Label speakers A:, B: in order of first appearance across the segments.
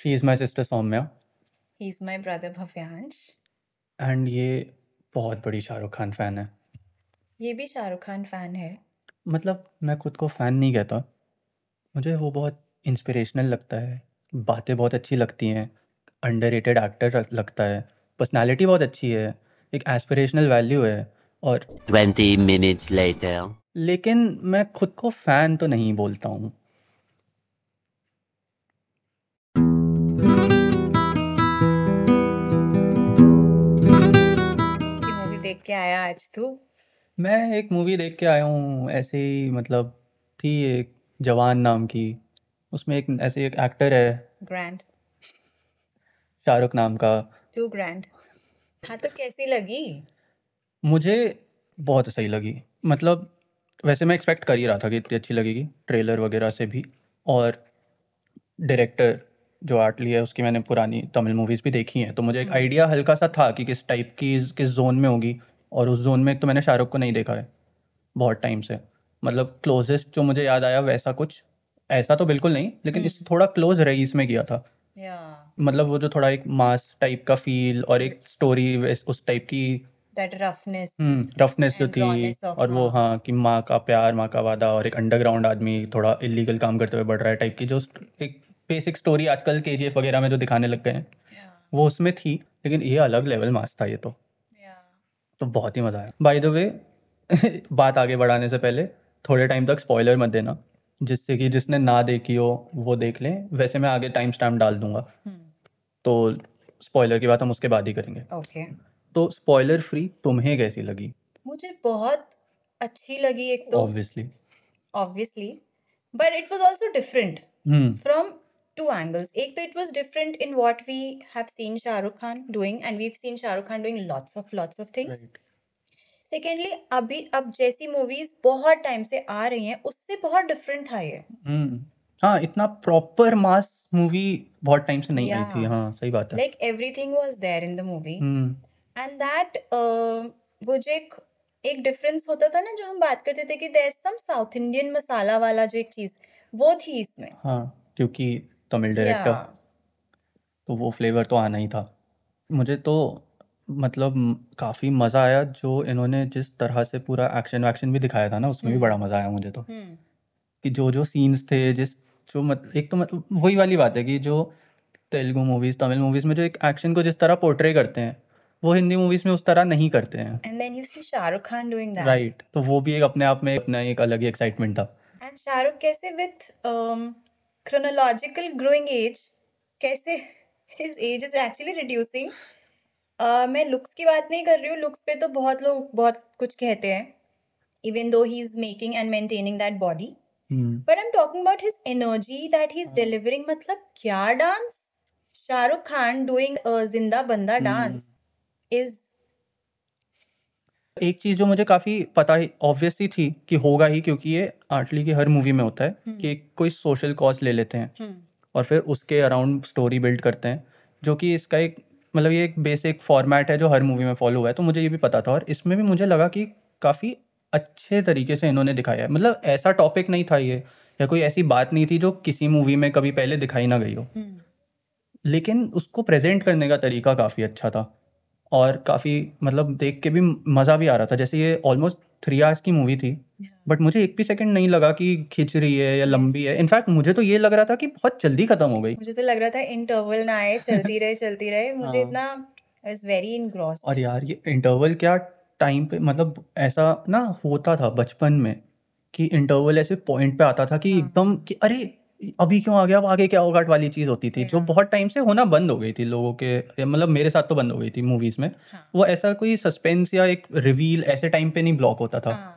A: She is my sister Saumya.
B: He is my brother Bhavyansh.
A: And ये बहुत बड़ी शाहरुख़ खान फ़ैन है।
B: ये भी शाहरुख़ खान फ़ैन है।
A: मतलब मैं खुद को फ़ैन नहीं कहता। मुझे वो बहुत इंस्पिरेशनल लगता है, बातें बहुत अच्छी लगती हैं, अंडररेटेड एक्टर लगता है, पर्सनैलिटी बहुत अच्छी है, एक एस्पिरेशनल वैल्यू है और
C: 20 minutes later.
A: लेकिन मैं खुद को फ़ैन तो नहीं बोलता हूँ।
B: की मूवी देख के आया आज तू?
A: मैं एक मूवी देख के आया हूँ, ऐसे ही मतलब थी एक जवान नाम की, उसमें एक ऐसे एक एक्टर है
B: ग्रैंड।
A: शाहरुख़ नाम का।
B: Too grand. हाँ, तो कैसी लगी?
A: मुझे बहुत सही लगी, मतलब वैसे मैं एक्सपेक्ट कर ही रहा था कि इतनी अच्छी लगेगी, ट्रेलर वगैरह से भी और डायरेक्टर जो आर्टली है उसकी मैंने पुरानी तमिल मूवीज़ भी देखी हैं, तो मुझे एक
B: हुँ।
A: आइडिया हल्का-सा था कि किस टाइप की किस ज़ोन में होगी और उस ज़ोन में एक तो मैंने शाहरुख़ को नहीं देखा है, बहुत टाइम से। मतलब क्लोज़ेस्ट जो मुझे याद आया वैसा कुछ, ऐसा तो बिल्कुल नहीं, लेकिन इससे
B: हुँ।
A: थोड़ा क्लोज़ रईस में गया था।
B: याह।
A: मतलब वो जो थोड़ा एक मास टाइप का फ़ील और एक स्टोरी वैस उस टाइप की
B: दैट रफनेस
A: हुँ, रफनेस जो
B: एंड
A: थी
B: रॉनेस ऑफ
A: और वो
B: हाँ।
A: हाँ, कि माँ का प्यार, माँ का वादा और एक अंडरग्राउंड आदमी थोड़ा इल्लीगल काम करते हुए बढ़ रहा है टाइप की जो स्ट एक बेसिक स्टोरी आजकल केजीएफ वगैरह में जो दिखाने लग गए हैं,
B: याह।
A: वो उसमें थी, लेकिन ये अलग लेवल मास था ये तो।
B: याह।
A: तो बहुत ही मज़ा आया। बाय द वे बात आगे बढ़ाने से पहले थोड़े टाइम तक स्पॉइलर मत देना, जिससे कि जिसने ना देखी हो वो देख ले, वैसे मैं आगे टाइम स्टैम्प डाल दूँगा।
B: हुँ।
A: तो स्पॉइलर की बात हम उसके बाद ही करेंगे।
B: ओके।
A: तो स्पॉइलर फ्री तुम्हें कैसी लगी?
B: मुझे बहुत अच्छी लगी एक तो
A: obviously.
B: obviously, but it was also different
A: hmm.
B: from two angles. एक तो it was different in what we have seen Shah Rukh Khan doing, and we've seen Shah Rukh Khan doing lots of lots of things.
A: Right.
B: Secondly, अभी अब जैसी movies बहुत time से आ रही हैं, उससे बहुत डिफरेंट था ये।
A: हुँ। हाँ, इतना प्रॉपर मास मूवी बहुत टाइम से नहीं आई थी।
B: Yeah,
A: हाँ, सही बात है। हम्म,
B: like everything was there in the movie,
A: हुँ।
B: and that अ, वो जो एक एक डिफरेंस होता था ना, जो हम बात करते थे कि there is some South Indian मसाला वाला जो एक चीज़, वो थी इसमें।
A: हाँ, क्योंकि तमिल डायरेक्टर
B: Yeah.
A: तो वो फ्लेवर तो आना ही था। मुझे तो मतलब काफ़ी मज़ा आया जो इन्होंने जिस तरह से पूरा एक्शन वैक्शन भी दिखाया था ना, उसमें भी
B: हुँ।
A: बड़ा मज़ा आया मुझे तो।
B: हुँ।
A: कि जो-जो सीन्स थे, जिस जो मत एक तो मतलब वही वाली बात है कि जो तेलुगु मूवीज़, तमिल मूवीज़ में जो एक एक्शन को जिस तरह पोर्ट्रे करते हैं, वो हिंदी मूवीज़ में उस तरह नहीं करते हैं।
B: And then you see Shah Rukh Khan doing that.
A: Right, तो वो भी एक अपने आप में अपना एक अलग ही एक्साइटमेंट था।
B: And Shah Rukh कैसे with um, chronological growing age, कैसे his age is actually reducing. Uh, मैं लुक्स की बात नहीं कर रही हूँ, लुक्स पे तो बहुत लोग बहुत कुछ कहते हैं, even though he is making and maintaining that body.
A: Hmm.
B: But I'm talking about his energy that he's
A: हाँ।
B: delivering. मतलब क्या डांस! शाह रुख खान doing अ, जिंदा बंदा
A: हुँ।
B: डांस is
A: एक चीज़ जो मुझे काफ़ी पता ही ऑब्वियसली थी कि होगा ही क्योंकि ये आर्टली की हर मूवी में होता है
B: हुँ।
A: कि कोई सोशल कॉज़ ले लेते हैं
B: हुँ।
A: और फिर उसके अराउंड स्टोरी बिल्ड करते हैं, जो कि इसका एक मतलब ये एक बेसिक फ़ॉर्मेट है जो हर मूवी में फ़ॉलो हुआ है, तो मुझे ये भी पता था और इसमें भी मुझे लगा कि काफ़ी अच्छे तरीके से इन्होंने दिखाया है। मतलब ऐसा टॉपिक नहीं था ये या कोई ऐसी बात नहीं थी जो किसी मूवी में कभी पहले दिखाई ना गई हो।
B: हुँ।
A: लेकिन उसको प्रेज़ेंट करने का तरीका काफ़ी अच्छा था और काफ़ी मतलब देख के भी मज़ा भी आ रहा था। जैसे ये ऑलमोस्ट 3 आवर्स की मूवी थी,
B: Yeah.
A: बट मुझे एक भी सेकंड नहीं लगा कि खिंच रही है या लंबी
B: Yes.
A: है। इनफैक्ट मुझे तो ये लग रहा था कि बहुत जल्दी ख़त्म हो गई।
B: मुझे तो लग रहा था इंटरवल ना आए, चलती रहे, चलती रहे। मुझे
A: हाँ।
B: इतना आई वाज़ वेरी
A: और
B: engrossed.
A: यार ये इंटरवल क्या टाइम पे मतलब ऐसा ना होता था बचपन में कि इंटरवल ऐसे पॉइंट पे आता था कि
B: हाँ।
A: एकदम कि अरे! अभी क्यों आ गया? अब आगे क्या होगा? वाली चीज़ होती थी, जो
B: या।
A: बहुत टाइम से होना बंद हो गई थी लोगों के या मतलब मेरे साथ तो बंद हो गई थी मूवीज़ में।
B: हाँ।
A: वो ऐसा कोई सस्पेंस या एक रिवील ऐसे टाइम पे नहीं ब्लॉक होता था।
B: हाँ,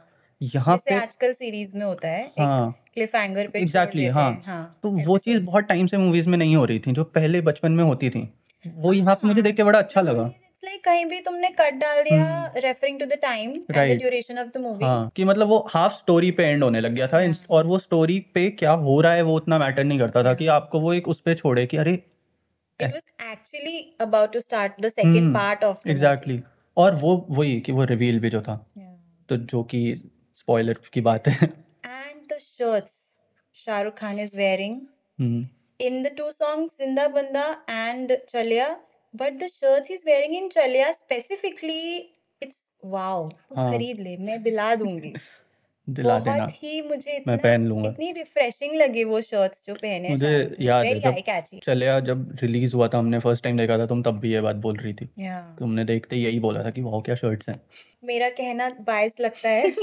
A: यहाँ
B: जैसे
A: पे
B: आजकल सीरीज़ में होता है, एक
A: हाँ।
B: क्लिफ़हैंगर पे छोड़
A: एग्ज़ैक्टली
B: देते हैं
A: हाँ,
B: हाँ,
A: तो वो चीज़
B: एपिसोड्स।
A: बहुत टाइम से मूवीज़ में नहीं हो रही थी, जो पहले बचपन में होती थी। वो यहाँ पे मुझे
B: हाँ,
A: देख के बड़ा अच्छा लगा।
B: nowadays it's like कहीं भी तुमने कट डाल दिया
A: हुँ।
B: Referring to the time and the
A: right.
B: Duration of the movie.
A: हाँ, कि मतलब वो हाफ स्टोरी पे एंड होने लग गया था इंस
B: या।
A: और वो स्टोरी पे क्या हो रहा है वो उतना मैटर नहीं करता था
B: या।
A: कि आपको वो एक उस पे छोड़े कि अरे!
B: It
A: uh
B: was actually about to start the second
A: hmm,
B: part of the movie.
A: Exactly और वो वही कि वो रिवील भी जो था,
B: Yeah.
A: तो जो कि स्पॉइलर की बात है।
B: And the shirts Shah Rukh Khan is wearing.
A: हुँ।
B: in the two songs Zinda Banda and Chalya. But the shirts he's wearing in Chalya specifically, it's wow. तू
A: हाँ।
B: खरीद ले मैं दिला दूंगी
A: दिला देना
B: बहुत ही मुझे
A: मैं
B: इतना
A: पहन लूंगा
B: इतनी रिफ्रेशिंग लगी वो शर्ट्स जो पहने
A: मुझे याद है जब
B: आई कैची
A: चलिया जब रिलीज हुआ था हमने फर्स्ट टाइम देखा था तुम तब भी ये बात बोल रही थी
B: या
A: तुमने देखते ही यही बोला था कि वाह क्या शर्ट्स हैं
B: मेरा कहना बायस लगता है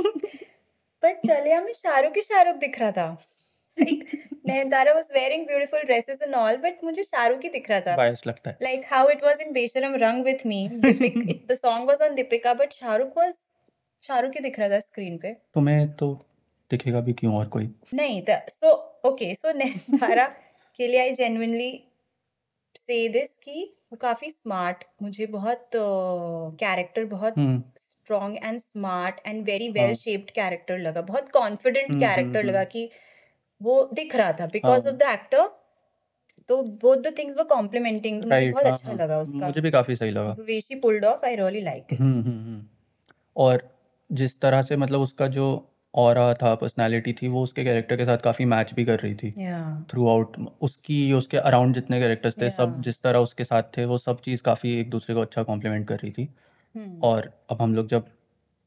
B: बट चलिया में शाहरुख ही शाहरुख दिख रहा था like Nayanthara was wearing beautiful dresses and all but मुझे शाहरुख ही दिख रहा था
A: बायस लगता है
B: like how it was in Besharam Rang with me. Dipik, it, the song was on Dipika, but Shahrukh was Shahrukh ही दिख रहा था स्क्रीन पे
A: तुम्हें तो दिखेगा भी क्यों और कोई
B: नहीं था सो ओके सो नैनतारा के लिए आई जेन्युइनली से दिस कि वो काफ़ी स्मार्ट मुझे बहुत कैरेक्टर बहुत
A: hmm
B: strong and smart and very well
A: हाँ।
B: शेप्ड कैरेक्टर लगा बहुत कॉन्फिडेंट
A: हम्म,
B: कैरेक्टर
A: हम्म,
B: लगा कि वो दिख रहा था बिकॉज
A: हाँ।
B: ऑफ द एक्टर तो both the things were complementing तो मुझे
A: राइट
B: बहुत अच्छा लगा उसका
A: हाँ, मुझे भी काफी सही लगा
B: वेशी pulled off I really like it
A: hmm hmm hmm. और जिस तरह से मतलब उसका जो ऑरा था पर्सनालिटी थी वो उसके कैरेक्टर के साथ काफी मैच भी कर रही थी
B: या
A: थ्रू आउट उसकी उसके अराउंड जितने कैरेक्टर्स थे सब
B: Yeah.
A: जिस तरह उसके साथ थे वो सब चीज़ काफ़ी एक दूसरे को अच्छा कॉम्प्लीमेंट कर रही थी
B: Hmm.
A: और अब हम लोग जब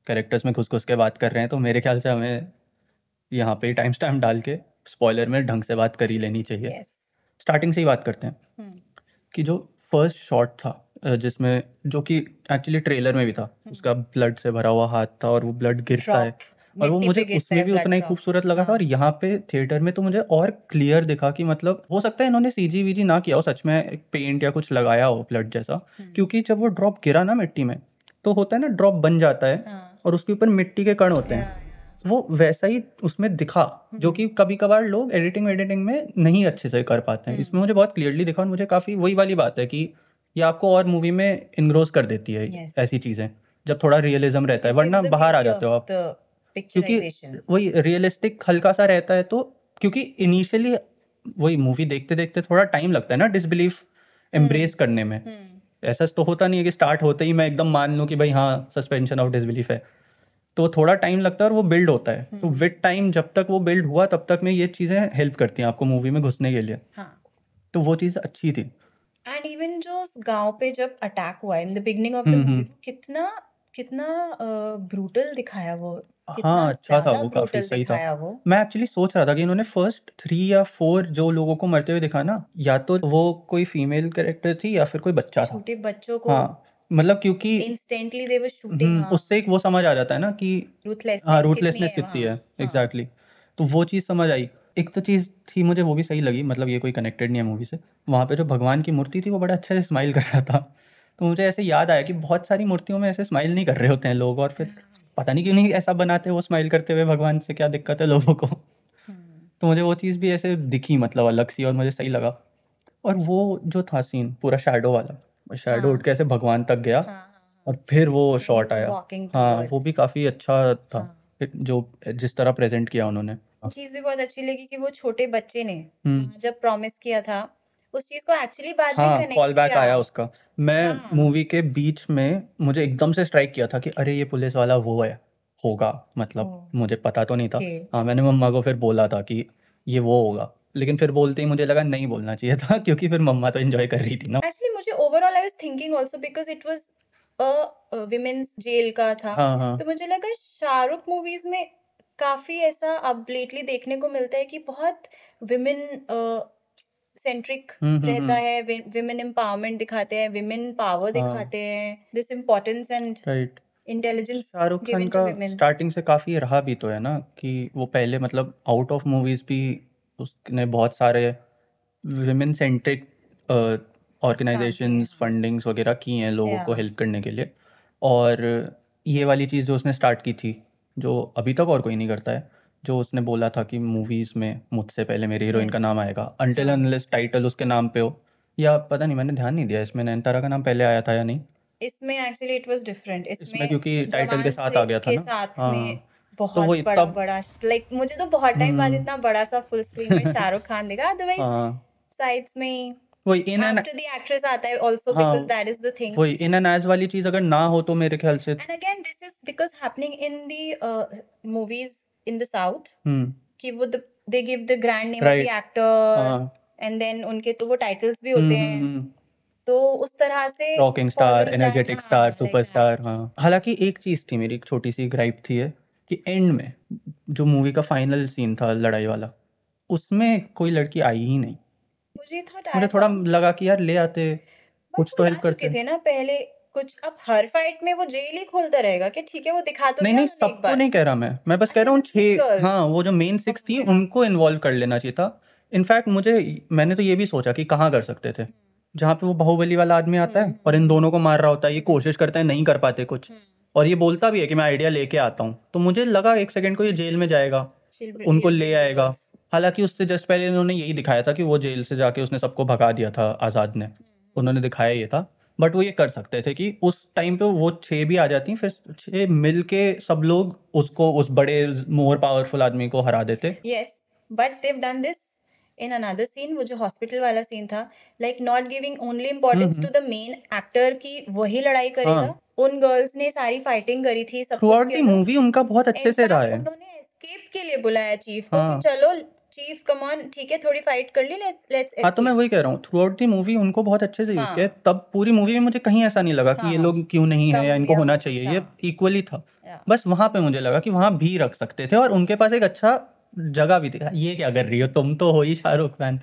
A: कैरेक्टर्स में घुस घुस के बात कर रहे हैं तो मेरे ख्याल से हमें यहाँ पे टाइम स्टैम्प डाल के स्पॉइलर में ढंग से बात कर ही लेनी चाहिए
B: यस
A: स्टार्टिंग से ही बात करते हैं
B: Hmm.
A: कि जो फर्स्ट शॉट था अ, जिसमें जो कि एक्चुअली ट्रेलर में भी था उसका ब्लड से भरा हुआ हाथ था और वो ब्लड गिरता है और वो मुझे उसमें भी उतना ही खूबसूरत लगा था और यहाँ पे थिएटर में तो मुझे और क्लियर दिखा कि मतलब हो सकता है इन्होंने सीजी वीजी ना किया हो सच में एक पेंट या कुछ लगाया हो ब्लड जैसा
B: Hmm.
A: क्योंकि जब वो ड्रॉप गिरा ना मिट्टी में तो होता है ना ड्रॉप बन जाता है
B: हाँ.
A: और उसके ऊपर मिट्टी के कण होते हैं वो वैसा ही उसमें दिखा जो कि कभी कभार लोग एडिटिंग एडिटिंग में नहीं अच्छे से कर पाते हैं
B: हम्म।
A: इसमें मुझे बहुत क्लियरली दिखा और मुझे काफ़ी वही वाली बात है कि ये आपको और मूवी में इनग्रोस कर देती है
B: Yes.
A: ऐसी चीज़ें जब थोड़ा रियलिज्म रहता है वरना बाहर आ जाते हो आप
B: पिक्चराइजेशन
A: वही रियलिस्टिक हल्का सा रहता है तो क्योंकि इनिशियली वही मूवी देखते देखते थोड़ा टाइम लगता है ना डिसबिलीफ एम्ब्रेस करने में
B: Hmm.
A: ऐसा तो होता नहीं है कि स्टार्ट होते ही मैं एकदम मान लूँ कि भाई हाँ सस्पेंशन ऑफ डिसबिलीफ है तो थोड़ा टाइम लगता है और वो बिल्ड होता है तो
B: हम्म।
A: विद टाइम जब तक वो बिल्ड हुआ तब तक में ये चीज़ें हेल्प करती हैं आपको मूवी में घुसने के लिए
B: हाँ
A: तो वो चीज़ अच्छी थी
B: एंड इवन जो उस गांव पे जब अटैक हुआ in the beginning of the
A: hmm,
B: movie
A: hmm.
B: कितना कितना ब्रूटल दिखाया वो कितना
A: हाँ अच्छा था
B: ज्यादा
A: वो काफ़ी
B: brutal
A: सही था अच्छा
B: दिखाया वो
A: मैं एक्चुअली सोच रहा था कि इन्होंने फर्स्ट थ्री या फोर जो लोगों को मरते हुए दिखा ना या तो वो कोई फीमेल कैरेक्टर थी या फिर कोई बच्चा था
B: छोटे बच्चों को हाँ।
A: हाँ मतलब क्योंकि
B: instantly they were
A: hmm,
B: shooting
A: उससे एक वो समझ आ जाता है ना कि
B: रूथलेसनेस
A: हाँ रूटलेसनेस कितनी
B: कितनी
A: है
B: है वहाँ। हाँ।
A: एग्जैक्टली तो वो चीज़ समझ आई एक तो चीज़ थी मुझे वो भी सही लगी मतलब ये कोई कनेक्टेड नहीं है मूवी से वहाँ पे जो भगवान की मूर्ति थी वो बड़ा अच्छे से स्माइल कर रहा था तो मुझे ऐसे याद आया कि बहुत सारी मूर्तियों में ऐसे स्माइल नहीं कर रहे होते हैं लोग और फिर पता नहीं क्यों नहीं ऐसा बनाते हैं वो स्माइल करते हुए भगवान से क्या दिक्कत है लोगों को
B: हम्म।
A: तो मुझे वो चीज़ भी ऐसे दिखी मतलब अलग सी और मुझे सही लगा और वो जो था सीन पूरा शेडो वाला शेडो
B: हाँ।
A: उठ के ऐसे भगवान तक गया
B: हाँ, हाँ,
A: और फिर वो शॉट
B: he's
A: आया
B: walking
A: हाँ वो
B: towards.
A: भी काफ़ी अच्छा था
B: हाँ।
A: फिर जो जिस तरह प्रेजेंट किया उन्होंने
B: चीज भी बहुत अच्छी लगी कि वो छोटे बच्चे ने हाँ,
A: हम्म,
B: जब प्रॉमिस किया था उस चीज को एक्चुअली बाद में
A: हाँ
B: कनेक्ट
A: कॉल बैक
B: किया
A: आया उसका मैं
B: हाँ।
A: मूवी के बीच में मुझे एकदम से स्ट्राइक किया था कि अरे ये पुलिस वाला वो है होगा मतलब
B: ओ,
A: मुझे पता तो नहीं था
B: ओके।
A: हाँ मैंने मम्मा को फिर बोला था कि ये वो होगा लेकिन फिर बोलते ही मुझे लगा नहीं बोलना चाहिए था क्योंकि फिर मम्मा तो एंजॉय कर रही थी ना
B: एक्चुअली मुझे overall I was thinking also because it was a women's jail का था
A: हाँ हाँ
B: तो मुझे लगा शाहरुख मूवीज में काफी ऐसा अब लेटली देखने को मिलता है कि बहुत विमेन सेंट्रिक
A: हम्म, हम्म,
B: तो रहता
A: हम्म।
B: है विमेन एम्पावरमेंट दिखाते हैं विमेन पावर
A: हाँ।
B: दिखाते हैं this importance and
A: right
B: intelligence
A: Shahrukh Khan
B: given to
A: का
B: विमेन
A: स्टार्टिंग से काफ़ी रहा भी तो है ना कि वो पहले मतलब आउट ऑफ मूवीज़ भी उसने बहुत सारे विमेन सेंट्रिक ऑर्गेनाइजेशंस
B: हाँ।
A: फंडिंग्स वगैरह की हैं लोगों को
B: Yeah.
A: हेल्प करने के लिए और ये वाली चीज़ जो उसने स्टार्ट की थी जो अभी तक और कोई नहीं करता है जो उसने बोला था कि मूवीज़ में मुझसे पहले मेरी हीरोइन का
B: Yes.
A: नाम आएगा अनटिल
B: हाँ।
A: अनलेस टाइटल उसके नाम पे हो या पता नहीं मैंने ध्यान नहीं दिया इसमें नयनतारा का नाम पहले आया था या नहीं
B: इसमें एक्चुअली इट वाज डिफरेंट इसमें
A: इसमें क्योंकि टाइटल के
B: जवान
A: साथ
B: से-
A: आ गया था
B: के
A: ना
B: साथ
A: हाँ।
B: में बहुत
A: वो इतना-
B: बड़ा बड़ा लाइक मुझे तो बहुत टाइम बाद
A: हम्म।
B: इतना बड़ा सा फुल स्क्रीन में शाहरुख खान दिखा अदरवाइज
A: हाँ
B: साइड्स में
A: वही in end
B: after the actress आता है आल्सो
A: हाँ।
B: Because that is the thing
A: वही इन एंड एज वाली चीज अगर ना हो तो मेरे ख्याल से
B: and again this is because happening in the movies in the South
A: hmm
B: कि वो the they give the grand name of
A: Right.
B: The actor
A: हाँ हम्म,
B: एंड देन उनके तो वो टाइटल्स भी होते हैं
A: रॉकिंग
B: तो उस तरह से
A: स्टार
B: following that,
A: एनर्जेटिक
B: हाँ,
A: स्टार
B: like
A: सुपरस्टार हाँ हालांकि एक चीज़ थी मेरी एक छोटी सी ग्राइप थी है कि एंड में जो मूवी का फाइनल सीन था लड़ाई वाला उसमें कोई लड़की आई ही नहीं
B: that. मुझे था
A: मुझे थोड़ा लगा कि यार ले आते
B: But
A: कुछ
B: वो
A: तो
B: ला
A: help
B: चुके
A: करते हैं।
B: थे ना पहले कुछ अब हर फाइट में वो जेल ही खोलता रहेगा कि ठीक है वो दिखा तो
A: नहीं
B: दिया
A: नहीं
B: उन्होंने एक
A: सबको
B: बार।
A: नहीं कह रहा मैं मैं बस कह रहा
B: अच्छा,
A: हूँ
B: मतलब
A: छः
B: girls.
A: हाँ वो जो मेन सिक्स थी
B: Okay.
A: उनको इन्वॉल्व कर लेना चाहिए था इनफैक्ट मुझे मैंने तो ये भी सोचा कि कहाँ कर सकते थे जहाँ पे वो बाहुबली वाला आदमी आता है
B: हम्म,
A: और इन दोनों को मार रहा होता
B: Hmm.
A: है ये कोशिश करता है नहीं कर पाते कुछ
B: हम्म,
A: और ये बोलता भी है कि मैं आइडिया लेके आता हूँ तो मुझे लगा एक सेकंड को ये जेल में जाएगा
B: children-
A: उनको ले
B: children
A: आएगा
B: records.
A: हालांकि उससे जस्ट पहले इन्होंने यही दिखाया था कि वो जेल से जाके उसने सबको भगा दिया था आज़ाद ने
B: हम्म।
A: उन्होंने दिखाया ये था बट वो ये कर सकते थे कि उस टाइम पे वो छः भी आ जाती फिर छः मिल के सब लोग उसको उस बड़े मोर पावरफुल आदमी को हरा देते
B: yes but they've done this in another scene वो जो हॉस्पिटल वाला सीन था like not giving only importance
A: हम्म,
B: to the main actor की वही लड़ाई करेगा
A: हाँ।
B: उन गर्ल्स ने सारी फाइटिंग करी थी सब
A: थ्रू
B: कुछ
A: आउट दी
B: किया था।
A: मूवी उनका बहुत अच्छे से
B: In
A: रहा
B: fact,
A: है
B: उन्होंने एस्केप के लिए बुलाया चीफ को
A: हाँ।
B: कि चलो चीफ कम ऑन ठीक है थोड़ी फाइट कर ली लेट्स लेट्स
A: हाँ तो मैं वही कह रहा हूँ थ्रू आउट दी मूवी उनको बहुत अच्छे से यूज
B: हाँ।
A: किया है। तब पूरी मूवी में मुझे कहीं ऐसा नहीं लगा कि ये
B: हाँ।
A: लोग क्यों नहीं है
B: कम
A: या इनको
B: या
A: होना
B: कुछ,
A: चाहिए ये
B: हाँ।
A: इक्वली था
B: Yeah.
A: बस वहां पे मुझे लगा कि वहां भी रख सकते थे और उनके पास एक अच्छा जगह भी दिखा ये क्या कर रही हो तुम तो हो ही शाहरुख फैन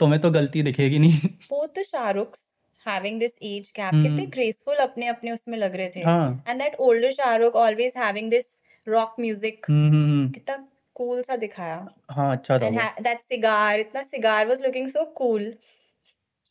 A: तुम्हें तो गलती दिखेगी नहीं
B: both the Shahrukhs having this age gap कितने
A: हम्म।
B: graceful अपने अपने उसमें लग रहे थे
A: हाँ
B: and that older Shahrukh always having this rock music
A: hmm hmm, हम्म,
B: कितना cool सा दिखाया
A: हाँ अच्छा था
B: and
A: वो
B: ha- that cigar इतना cigar was looking so cool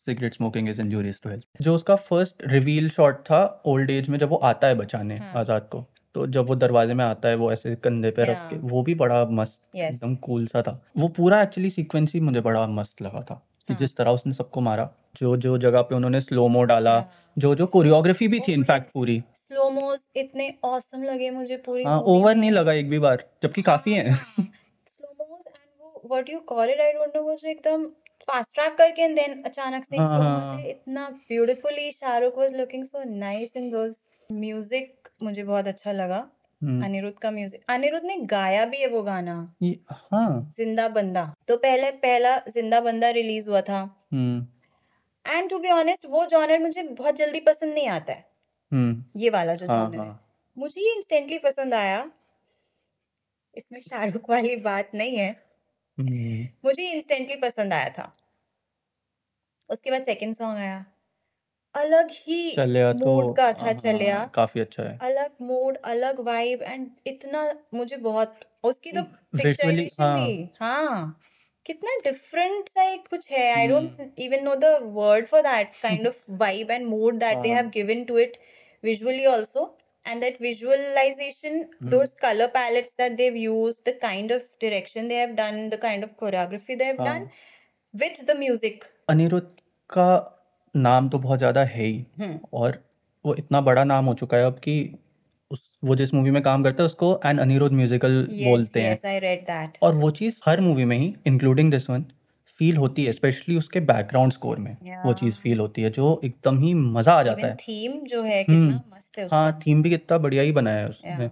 A: cigarette smoking is injurious to health जो उसका फर्स्ट रिवील शॉट था ओल्ड एज में जब वो आता है बचाने
B: हाँ।
A: आजाद को तो जब वो दरवाजे में आता है वो ऐसे कंधे पे रख के
B: Yeah.
A: वो भी बड़ा मस्त
B: Yes.
A: एकदम कूल सा था वो पूरा एक्चुअली सीक्वेंस ही मुझे बड़ा मस्त लगा था कि
B: हाँ।
A: जिस तरह उसने सबको मारा जो जो जगह पे उन्होंने स्लोमो डाला
B: Yeah.
A: जो जो कोरियोग्राफी भी थी
B: Oh
A: इनफैक्ट
B: yes,
A: पूरी
B: slow-mos इतने awesome लगे मुझे पूरी
A: हाँ
B: movie
A: ओवर
B: में
A: नहीं लगा एक भी बार जबकि काफी है
B: slow-mos and वो what you call it I don't know वो जो एकदम fast track करके and then अचानक से एक
A: हाँ,
B: slow-mo
A: हाँ,
B: आते, इतना beautifully Shahrukh was looking so nice in those music मुझे बहुत अच्छा लगा
A: हम्म,
B: अनिरुद्ध का म्यूजिक अनिरुद्ध ने गाया भी है वो गाना
A: ये- हाँ
B: जिंदा बंदा तो पहले पहला जिंदा बंदा रिलीज हुआ था
A: hmm
B: and to be honest वो जॉनर मुझे बहुत जल्दी पसंद नहीं आता है
A: हम्म
B: ये वाला जो
A: हाँ
B: जॉनर है
A: हाँ
B: मुझे ये इंस्टेंटली पसंद आया इसमें शाहरुख वाली बात नहीं है
A: हम्म,
B: मुझे इंस्टेंटली पसंद आया था उसके बाद सेकंड सॉन्ग आया अलग ही
A: चलिया तो
B: मूड का था
A: हाँ,
B: चलिया
A: काफी अच्छा है
B: अलग मूड अलग वाइब एंड इतना मुझे बहुत उसकी तो
A: विजुअली
B: पिक्चराइजेशन
A: हाँ
B: भी हाँ कितना डिफरेंट सा एक कुछ है I
A: hmm.
B: Don't even know the word for that kind of vibe and mood that they
A: हाँ।
B: Have given to it visually also and that visualisation
A: hmm,
B: those colour palettes that they have used the kind of direction they have done the kind of choreography they have done
A: हाँ
B: with the music
A: Anirudh का नाम तो बहुत ज़्यादा है ही
B: हम्म
A: और वो इतना बड़ा नाम हो चुका है अब कि उस वो जिस मूवी में काम करता है उसको एन अनिरुद्ध म्यूजिकल
B: यस
A: बोलते हैं
B: यस आई रेड दैट
A: और वो चीज़ हर मूवी में ही इंक्लूडिंग दिस वन फील होती है स्पेशली उसके बैकग्राउंड स्कोर में वो चीज़
B: या
A: फील होती है जो एकदम ही मज़ा आ जाता
B: इवन
A: है
B: थीम जो है
A: हम्म
B: कितना मस्त है उसका
A: हाँ थीम भी कितना बढ़िया ही बनाया है
B: या
A: उसने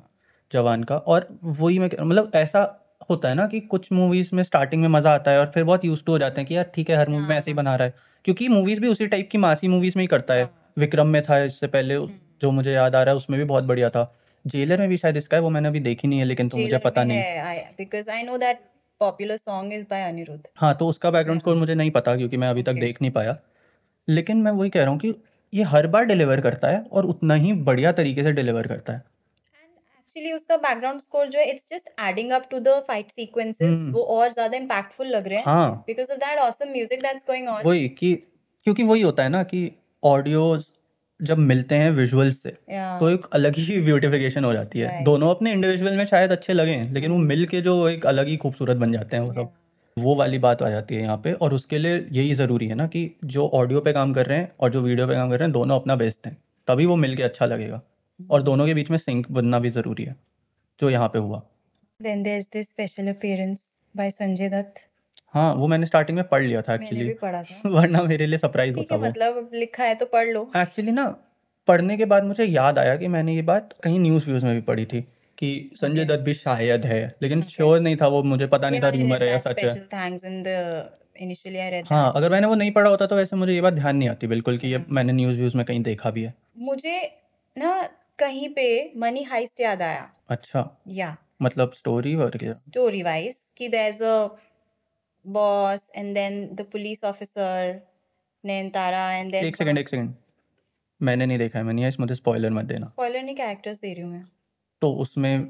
A: जवान का और वही मैं कह- मतलब ऐसा होता है ना कि कुछ मूवीज में स्टार्टिंग में मजा आता है और फिर बहुत यूज टू हो जाते हैं कि यार ठीक है हर मूवी में ऐसे ही
B: हाँ
A: बना रहा है क्योंकि मूवीज भी उसी टाइप की मासी मूवीज में ही करता है
B: हाँ
A: विक्रम में था इससे पहले उ-
B: हम्म।
A: जो मुझे याद आ रहा है उसमें भी बहुत बढ़िया था जेलर में भी शायद इसका है वो मैंने अभी देखी नहीं है लेकिन तो मुझे
B: जेलर में
A: पता
B: है
A: नहीं
B: I because I know that popular song is by Anirudh
A: हाँ तो उसका बैकग्राउंड
B: या
A: स्कोर मुझे नहीं पता क्योंकि मैं अभी तक
B: ओके
A: देख नहीं पाया लेकिन मैं वही कह रहा हूँ कि ये हर बार डिलीवर करता है और उतना ही बढ़िया तरीके से डिलीवर करता है
B: एंड एक्चुअली उसका बैकग्राउंड स्कोर जो है it's just adding up to the fight sequences
A: hmm
B: वो और ज्यादा इम्पैक्टफुल लग रहे हैं
A: हाँ
B: because of that awesome music that's going on
A: वही कि क्योंकि वही होता है ना कि ऑडियोज जब मिलते हैं विजुअल्स से
B: या
A: तो एक अलग ही ब्यूटिफिकेशन हो जाती है
B: राइट
A: दोनों अपने इंडिविजुअल में शायद अच्छे लगे हैं लेकिन वो
B: हम्म
A: मिल के जो एक अलग ही खूबसूरत बन जाते हैं वो
B: या
A: सब वो वाली बात आ जाती है यहाँ पे और उसके लिए यही ज़रूरी है ना कि जो ऑडियो पे काम कर रहे हैं और जो वीडियो पे काम कर रहे हैं दोनों अपना बेस्ट हैं तभी वो मिल के अच्छा लगेगा
B: Hmm.
A: और दोनों के बीच में सिंक बनना भी ज़रूरी है जो यहाँ पे हुआ
B: then there is this special appearance by Sanjay Dutt
A: हाँ वो मैंने स्टार्टिंग में पढ़ लिया था
B: मैंने
A: एक्चुअली
B: भी पढ़ा था
A: वरना मेरे लिए सरप्राइज
B: ठीक
A: होता
B: है
A: वो
B: मतलब अब लिखा है तो पढ़ लो
A: एक्चुअली ना पढ़ने के बाद मुझे याद आया कि मैंने ये बात कहीं न्यूज़ व्यूज़ में भी पढ़ी थी कि संजय
B: ओके
A: दत्त भी शायद है लेकिन
B: ओके
A: श्योर नहीं था वो मुझे पता नहीं
B: Yeah,
A: था
B: I
A: रूमर
B: read
A: है या
B: that
A: सच है
B: special thanks in the initially आया रहता है
A: हाँ अगर मैंने वो नहीं पढ़ा होता तो वैसे मुझे ये बात ध्यान नहीं आती बिल्कुल कि ये
B: हम्म।
A: मैंने न्यूज़ व्यूज़ में कहीं देखा भी है
B: मुझे ना कहीं पे मनी हाइस्ट याद आया
A: अच्छा
B: या
A: मतलब स्टोरी वगैरह
B: story wise ki there's a boss and then the police officer Nayanthara and then
A: एक सेकंड एक सेकंड मैंने नहीं देखा है मैंने मुझे स्पॉइलर मत देना
B: स्पॉइलर नहीं कैरेक्टर्स दे रही हूँ मैं
A: तो उसमें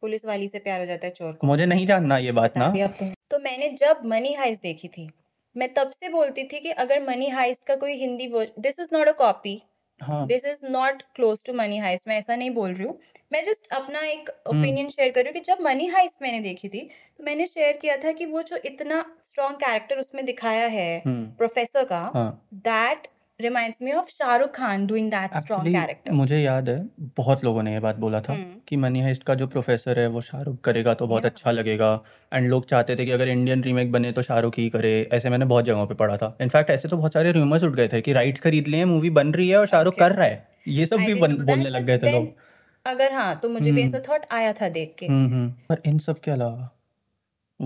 B: पुलिस वाली से प्यार हो जाता है चोर को
A: मुझे नहीं जानना ये बात ना
B: अभी आप तुम- तो मैंने जब मनी हाइस्ट देखी थी मैं तब से बोलती थी कि अगर मनी हाइस्ट का कोई Hindi this is not a copy
A: हाँ
B: this is not close to Money Heist मैं ऐसा नहीं बोल रही हूँ मैं जस्ट अपना एक
A: हम्म।
B: ओपिनियन शेयर कर रही हूँ कि जब मनी हाइस्ट मैंने देखी थी तो मैंने शेयर किया था कि वो जो इतना स्ट्रॉन्ग कैरेक्टर उसमें दिखाया है
A: हम्म,
B: प्रोफेसर का
A: हाँ
B: that reminds me of Shahrukh Khan doing that strong
A: actually
B: character
A: मुझे याद है बहुत लोगों ने ये बात बोला था
B: हम्म।
A: कि मनी हाइस्ट का जो प्रोफेसर है वो शाहरुख करेगा तो बहुत
B: Yeah.
A: अच्छा लगेगा एंड लोग चाहते थे कि अगर इंडियन रीमेक बने तो शाहरुख ही करे ऐसे मैंने बहुत जगहों पे पढ़ा था इनफैक्ट ऐसे तो बहुत सारे रूमर्स उठ गए थे कि राइट्स खरीद लिए हैं मूवी बन रही है और शाहरुख
B: Okay.
A: कर रहा है ये सब
B: I
A: भी
B: didn't
A: बन-
B: know that,
A: बोलने लग
B: but
A: गए थे
B: then
A: लोग
B: अगर हाँ तो मुझे भी
A: हम्म।
B: ऐसा थॉट आया था देख के
A: हम्म हम्म, पर इन सब के अलावा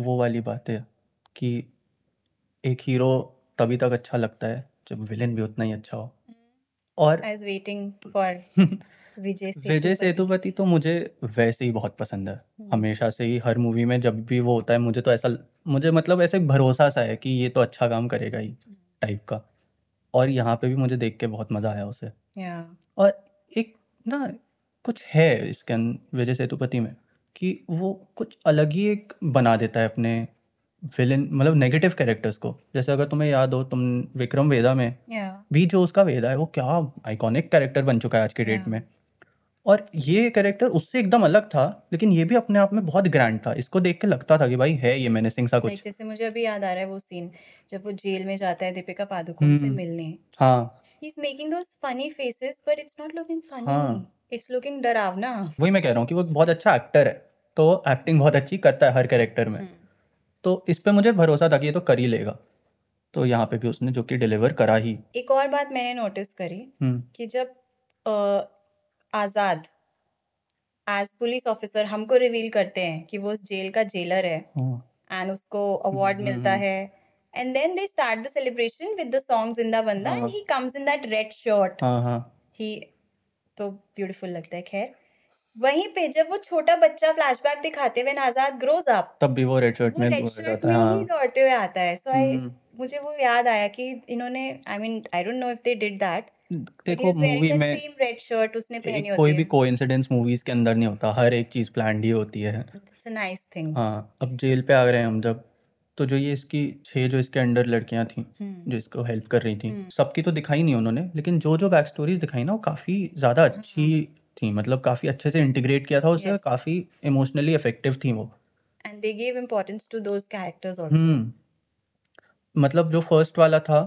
A: वो वाली बात है कि एक हीरो तभी तक अच्छा लगता है जब विलेन भी उतना ही अच्छा हो और
B: I was waiting for Vijay
A: Vijay
B: Sethupathi.
A: Sethupathi तो मुझे वैसे ही बहुत पसंद है
B: हम्म।
A: हमेशा से ही हर मूवी में जब भी वो होता है मुझे तो ऐसा मुझे मतलब ऐसे एक भरोसा सा है कि ये तो अच्छा काम करेगा ही टाइप का और यहाँ पे भी मुझे देख के बहुत मज़ा आया उसे
B: Yeah.
A: और एक ना कुछ है इसके अन- विजय सेतुपति में कि वो कुछ अलग ही एक बना देता है अपने विलेन मतलब नेगेटिव कैरेक्टर्स को जैसे अगर तुम्हें याद हो तुम विक्रम वेदा में
B: Yeah.
A: भी जो उसका वेदा है वो क्या आइकॉनिक कैरेक्टर बन चुका है आज के डेट
B: हाँ।
A: में और ये कैरेक्टर उससे एकदम अलग था लेकिन ये भी अपने आप में बहुत ग्रैंड था इसको देख के लगता था कि भाई है ये मैंने सिंह सा
B: Like
A: कुछ
B: जैसे मुझे अभी याद आ रहा है वो सीन जब वो जेल में जाता है दीपिका पादुकोण से
A: हम्म।
B: मिलने
A: हाँ
B: he is making those funny faces but it's not looking funny
A: हाँ।
B: इट्स लुकिंग डरावना
A: वही मैं कह रहा हूँ कि वो एक बहुत अच्छा एक्टर है तो एक्टिंग बहुत अच्छी करता है हर कैरेक्टर में
B: हम्म।
A: तो इस पे मुझे भरोसा था कि ये तो कर ही लेगा तो यहाँ पे भी उसने जो कि डिलीवर करा ही
B: एक और बात मैंने नोटिस करी
A: हम्म
B: कि जब अ, आजाद एज पुलिस ऑफिसर हमको रिवील करते हैं कि वो उस जेल का जेलर है
A: हाँ,
B: एंड उसको अवार्ड मिलता
A: हम्म।
B: है and then they start the celebration with the song Zinda Banda and
A: हाँ।
B: He comes in that red shirt
A: हाँ हाँ
B: ही तो ब्यूटीफुल लगता है खैर वहीं पे जब वो छोटा बच्चा फ्लैशबैक दिखाते हुए आजाद ग्रोज अप
A: तब भी वो रेड शर्ट
B: वो
A: में
B: रेड
A: बोल
B: शर्ट
A: जाता
B: में
A: है
B: ही
A: हाँ
B: दौड़ते हुए आता है सो आई
A: हम्म।
B: मुझे वो याद आया कि इन्होंने I mean I don't know if they did that
A: देखो मूवी में
B: सेम रेड शर्ट उसने पहनी
A: एक
B: होती
A: कोई
B: है
A: भी कोइंसिडेंस मूवीज के अंदर नहीं होता हर एक चीज प्लान ही होती है
B: इट्स अ नाइस थिंग
A: हाँ अब जेल पे आ रहे हैं हम जब तो जो ये इसकी छह जो इसके अंडर लड़कियां थीं
B: हम्म
A: जो इसको हेल्प कर रही थीं
B: हम्म।
A: सबकी तो दिखाई नहीं उन्होंने लेकिन जो जो बैक स्टोरीज दिखाई ना वो काफ़ी ज़्यादा अच्छी थी मतलब काफ़ी अच्छे से इंटीग्रेट किया था उसे
B: हम्म, Yes.
A: काफ़ी इमोशनली इफेक्टिव थी वो
B: and they gave importance to those characters also.
A: हम्म मतलब जो फर्स्ट वाला था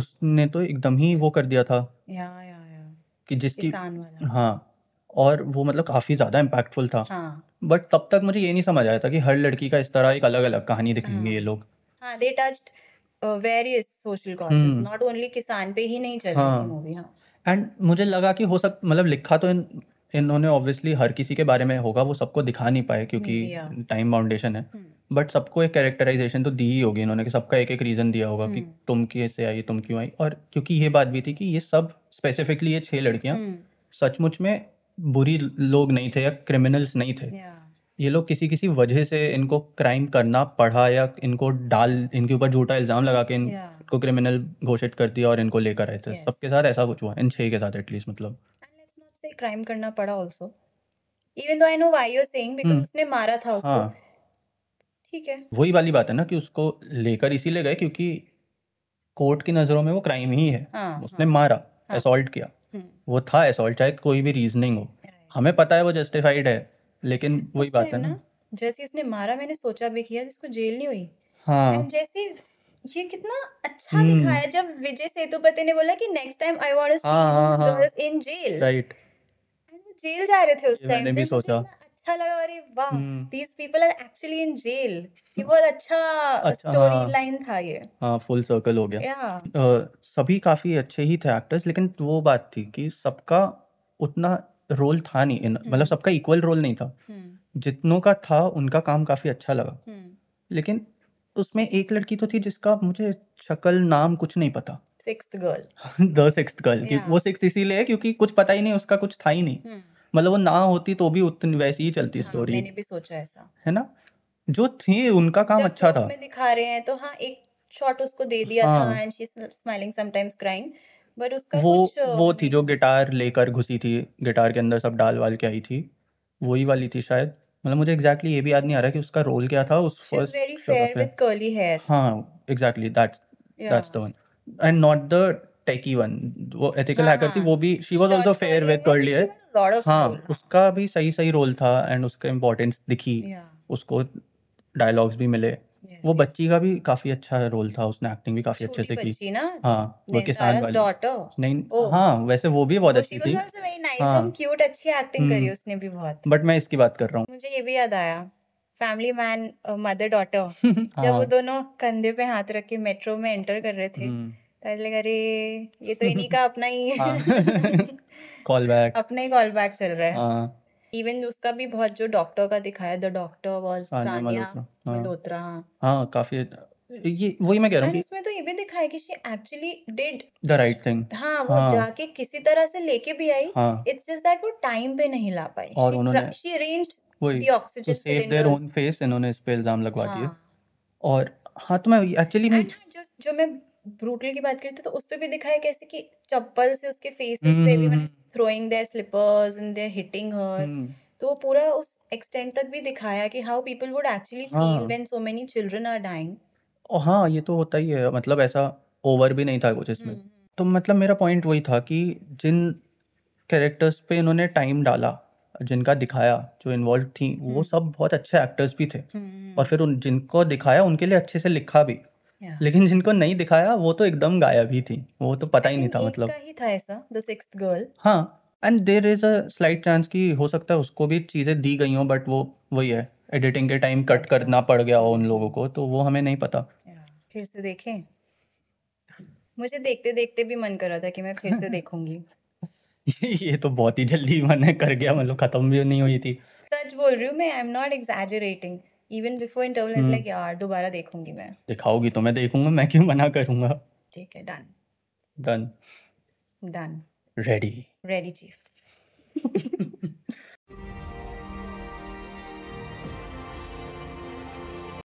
A: उसने तो एकदम ही वो कर दिया था
B: Yeah, yeah, yeah.
A: कि जिसकी
B: किसान वाला.
A: हाँ और वो मतलब काफ़ी ज़्यादा इम्पैक्टफुल था
B: हाँ,
A: बट तब तक मुझे ये नहीं समझ आया था कि हर लड़की का इस तरह एक अलग अलग कहानी दिखाएंगे
B: हाँ।
A: ये लोग
B: हाँ, they touched uh, various social causes.
A: Hmm.
B: Not only किसान पे ही नहीं चल रही
A: हाँ।
B: थी movie. हाँ.
A: एंड मुझे लगा कि हो सक मतलब लिखा तो इन इन्होंने ऑब्वियसली हर किसी के बारे में होगा वो सबको दिखा नहीं पाए
B: Maybe,
A: क्योंकि टाइम बाउंडेशन है
B: हम्म.
A: बट सबको एक कैरेक्टराइजेशन तो दी ही होगी इन्होंने कि सबका एक एक रीज़न दिया होगा कि
B: हम्म।
A: तुम कैसे आई तुम क्यों आई और क्योंकि ये बात भी थी कि ये सब स्पेसिफिकली ये छह लड़कियां
B: हम्म.
A: सचमुच में बुरी लोग नहीं थे या क्रिमिनल्स नहीं थे
B: Yeah.
A: ये लोग किसी किसी वजह से इनको क्राइम करना पड़ा या इनको डाल इनके ऊपर झूठा इल्ज़ाम लगा के
B: Yeah.
A: इनको क्रिमिनल घोषित कर दिया और इनको लेकर आए थे
B: Yes.
A: सबके साथ ऐसा कुछ हुआ इन छह के साथ एटलीस्ट मतलब
B: And let's not say crime करना पड़ा also. Even though I know why you're saying because
A: हम्म।
B: उसने मारा था उसको.
A: हाँ
B: ठीक है.
A: वही वाली बात है ना कि उसको लेकर इसीलिए गए क्योंकि कोर्ट की नज़रों में वो क्राइम ही है
B: हाँ,
A: उसने
B: हाँ.
A: मारा
B: हाँ।
A: असॉल्ट किया
B: हम्म.
A: वो था असॉल्ट चाहे कोई भी रीजनिंग हो
B: Right.
A: हमें पता है वो जस्टिफाइड है लेकिन हाँ, वही
B: उस
A: बात
B: time
A: है ना
B: ना जैसे ही उसने मारा मैंने सोचा भी किया जिसको जेल नहीं हुई
A: हाँ
B: एंड जैसे ये कितना अच्छा
A: हम्म।
B: दिखाया जब विजय सेतुपति ने बोला कि next time I want to
A: हाँ, हाँ,
B: सी
A: हाँ।
B: Girls in jail
A: right
B: and वो जेल जा रहे थे उस
A: ये
B: टाइम
A: मैंने
B: पे
A: भी
B: मुझे
A: सोचा।
B: इतना अच्छा लगा अरे वाह
A: हम्म। हाँ।
B: These people are actually in jail ये बहुत अच्छा
A: अच्छा, हाँ।
B: स्टोरी लाइन था ये
A: हाँ फुल सर्कल हो गया
B: या
A: अ, सभी काफ़ी अच्छे ही थे एक्टर्स लेकिन वो बात थी कि सबका उतना रोल था नहीं इन- मतलब
B: हम्म।
A: सबका इक्वल रोल नहीं था
B: हम्म
A: जितनों का था उनका काम काफ़ी अच्छा लगा
B: हम्म
A: लेकिन उसमें एक लड़की तो थी जिसका मुझे शक्ल नाम कुछ नहीं पता
B: sixth girl
A: the sixth girl की
B: Yeah.
A: वो सिक्स इसीलिए है क्योंकि कुछ पता ही नहीं उसका कुछ था ही नहीं मतलब वो ना होती तो भी उतनी वैसी ही चलती स्टोरी
B: हम्म, हाँ, मैंने भी सोचा ऐसा
A: है ना जो थी उनका काम
B: जब
A: अच्छा
B: group
A: था
B: में दिखा रहे हैं तो हाँ एक शॉट उसको दे दिया
A: हाँ।
B: था and she smiling sometimes crying but उसका
A: वो
B: कुछ uh,
A: वो थी जो गिटार लेकर घुसी थी गिटार के अंदर सब डाल वाल के आई थी वही वाली थी शायद मतलब मुझे एग्जैक्टली ये भी याद नहीं आ रहा कि उसका रोल क्या था उस
B: शी इज
A: फर्स्ट
B: वेरी
A: जगह
B: फेयर
A: पे।
B: विद कर्ली हेयर
A: हाँ exactly that that's the one and not the techy one वो एथिकल
B: हाँ,
A: हैकर थी
B: हाँ।
A: वो भी she was also fair with curly hair
B: lot of
A: हाँ उसका भी सही सही रोल था एंड उसका इम्पोर्टेंस दिखी
B: या
A: उसको डायलॉग्स भी मिले वो बच्ची का भी काफी अच्छा रोल था उसने एक्टिंग भी काफी अच्छे से की
B: बच्ची ना
A: हाँ वो किसान वाली
B: डॉटर
A: नहीं
B: ओह।
A: हाँ वैसे वो भी बहुत अच्छी
B: शी
A: थी
B: वाज आल्सो वेरी नाइस
A: हाँ।
B: एंड क्यूट अच्छी एक्टिंग करी
A: हम्म।
B: उसने भी बहुत
A: बट मैं इसकी बात कर रहा
B: मुझे ये भी याद आया फैमिली मैन मदर डॉटर
A: हूँ
B: जब वो
A: हाँ,
B: दोनों कंधे पे हाथ रख के मेट्रो में एंटर कर रहे थे
A: हम्म,
B: तो लगा अरे ये तो इन्हीं का अपना ही
A: हाँ। कॉल बैक
B: अपना ही कॉल बैक चल रहा है
A: हाँ
B: इवन उसका भी बहुत जो डॉक्टर का दिखाया the doctor was
A: Sania
B: Sania
A: Malhotra, हाँ।
B: मल्होत्रा हाँ।
A: हाँ काफी ये वही मैं कह रहा हूँ कि
B: And उसमें तो ये भी दिखाया कि she actually did
A: the right thing
B: हाँ वो
A: हाँ।
B: जाके किसी तरह से लेके भी आई
A: हाँ
B: इट्स जस्ट दैट वो टाइम पे नहीं ला पाई
A: और उन्होंने-
B: शी अरेंज्ड
A: वही
B: the
A: two
B: oxygen
A: save their own face इन्होंने इस पे इल्जाम लगवा दिए
B: तो हाँ
A: और हाँ तो मैं एक्चुअली मैं
B: एंड हाँ just जो मैं ब्रूटल की बात करी थी तो उस पे भी दिखाया कैसे कि चप्पल से उसके फेसेस पे एवरीवन इज
A: हम्म।
B: Throwing their slippers and they're hitting her
A: हम्म,
B: तो वो पूरा उस एक्सटेंट तक भी दिखाया कि हाउ पीपल वुड एक्चुअली
A: हाँ।
B: Feel when so many children are dying
A: और हाँ ये तो होता ही है मतलब ऐसा ओवर भी नहीं था कुछ इसमें
B: हम्म,
A: तो मतलब मेरा पॉइंट वही था कि जिन कैरेक्टर्स पे इन्होंने टाइम डाला जिनका दिखाया जो इन्वॉल्व थी वो
B: हम्म।
A: सब बहुत अच्छे एक्टर्स भी थे और फिर उन जिनको दिखाया उनके लिए अच्छे से लिखा भी लेकिन जिनको नहीं दिखाया वो तो एकदम गायब ही थी वो तो पता ही नहीं था मतलब
B: का ही था ऐसा द सिक्स्थ गर्ल
A: हाँ and there is a slight chance कि हो सकता है उसको भी चीज़ें दी गई हों बट वो वही है एडिटिंग के टाइम कट करना पड़ गया हो उन लोगों को तो वो हमें नहीं पता
B: फिर से देखें मुझे देखते देखते भी मन कर रहा था कि मैं फिर से देखूंगी
A: ये तो बहुत ही जल्दी मैंने कर गया मतलब खत्म भी नहीं हुई थी
B: सच बोल रही हूँ मैं I am not exaggerating even before interval is
A: हम्म।
B: लाइक यार दोबारा देखूंगी मैं
A: दिखाओगी तो मैं देखूंगा मैं क्यों मना करूंगा
B: ठीक है done
A: done
B: done
A: ready
B: ready chief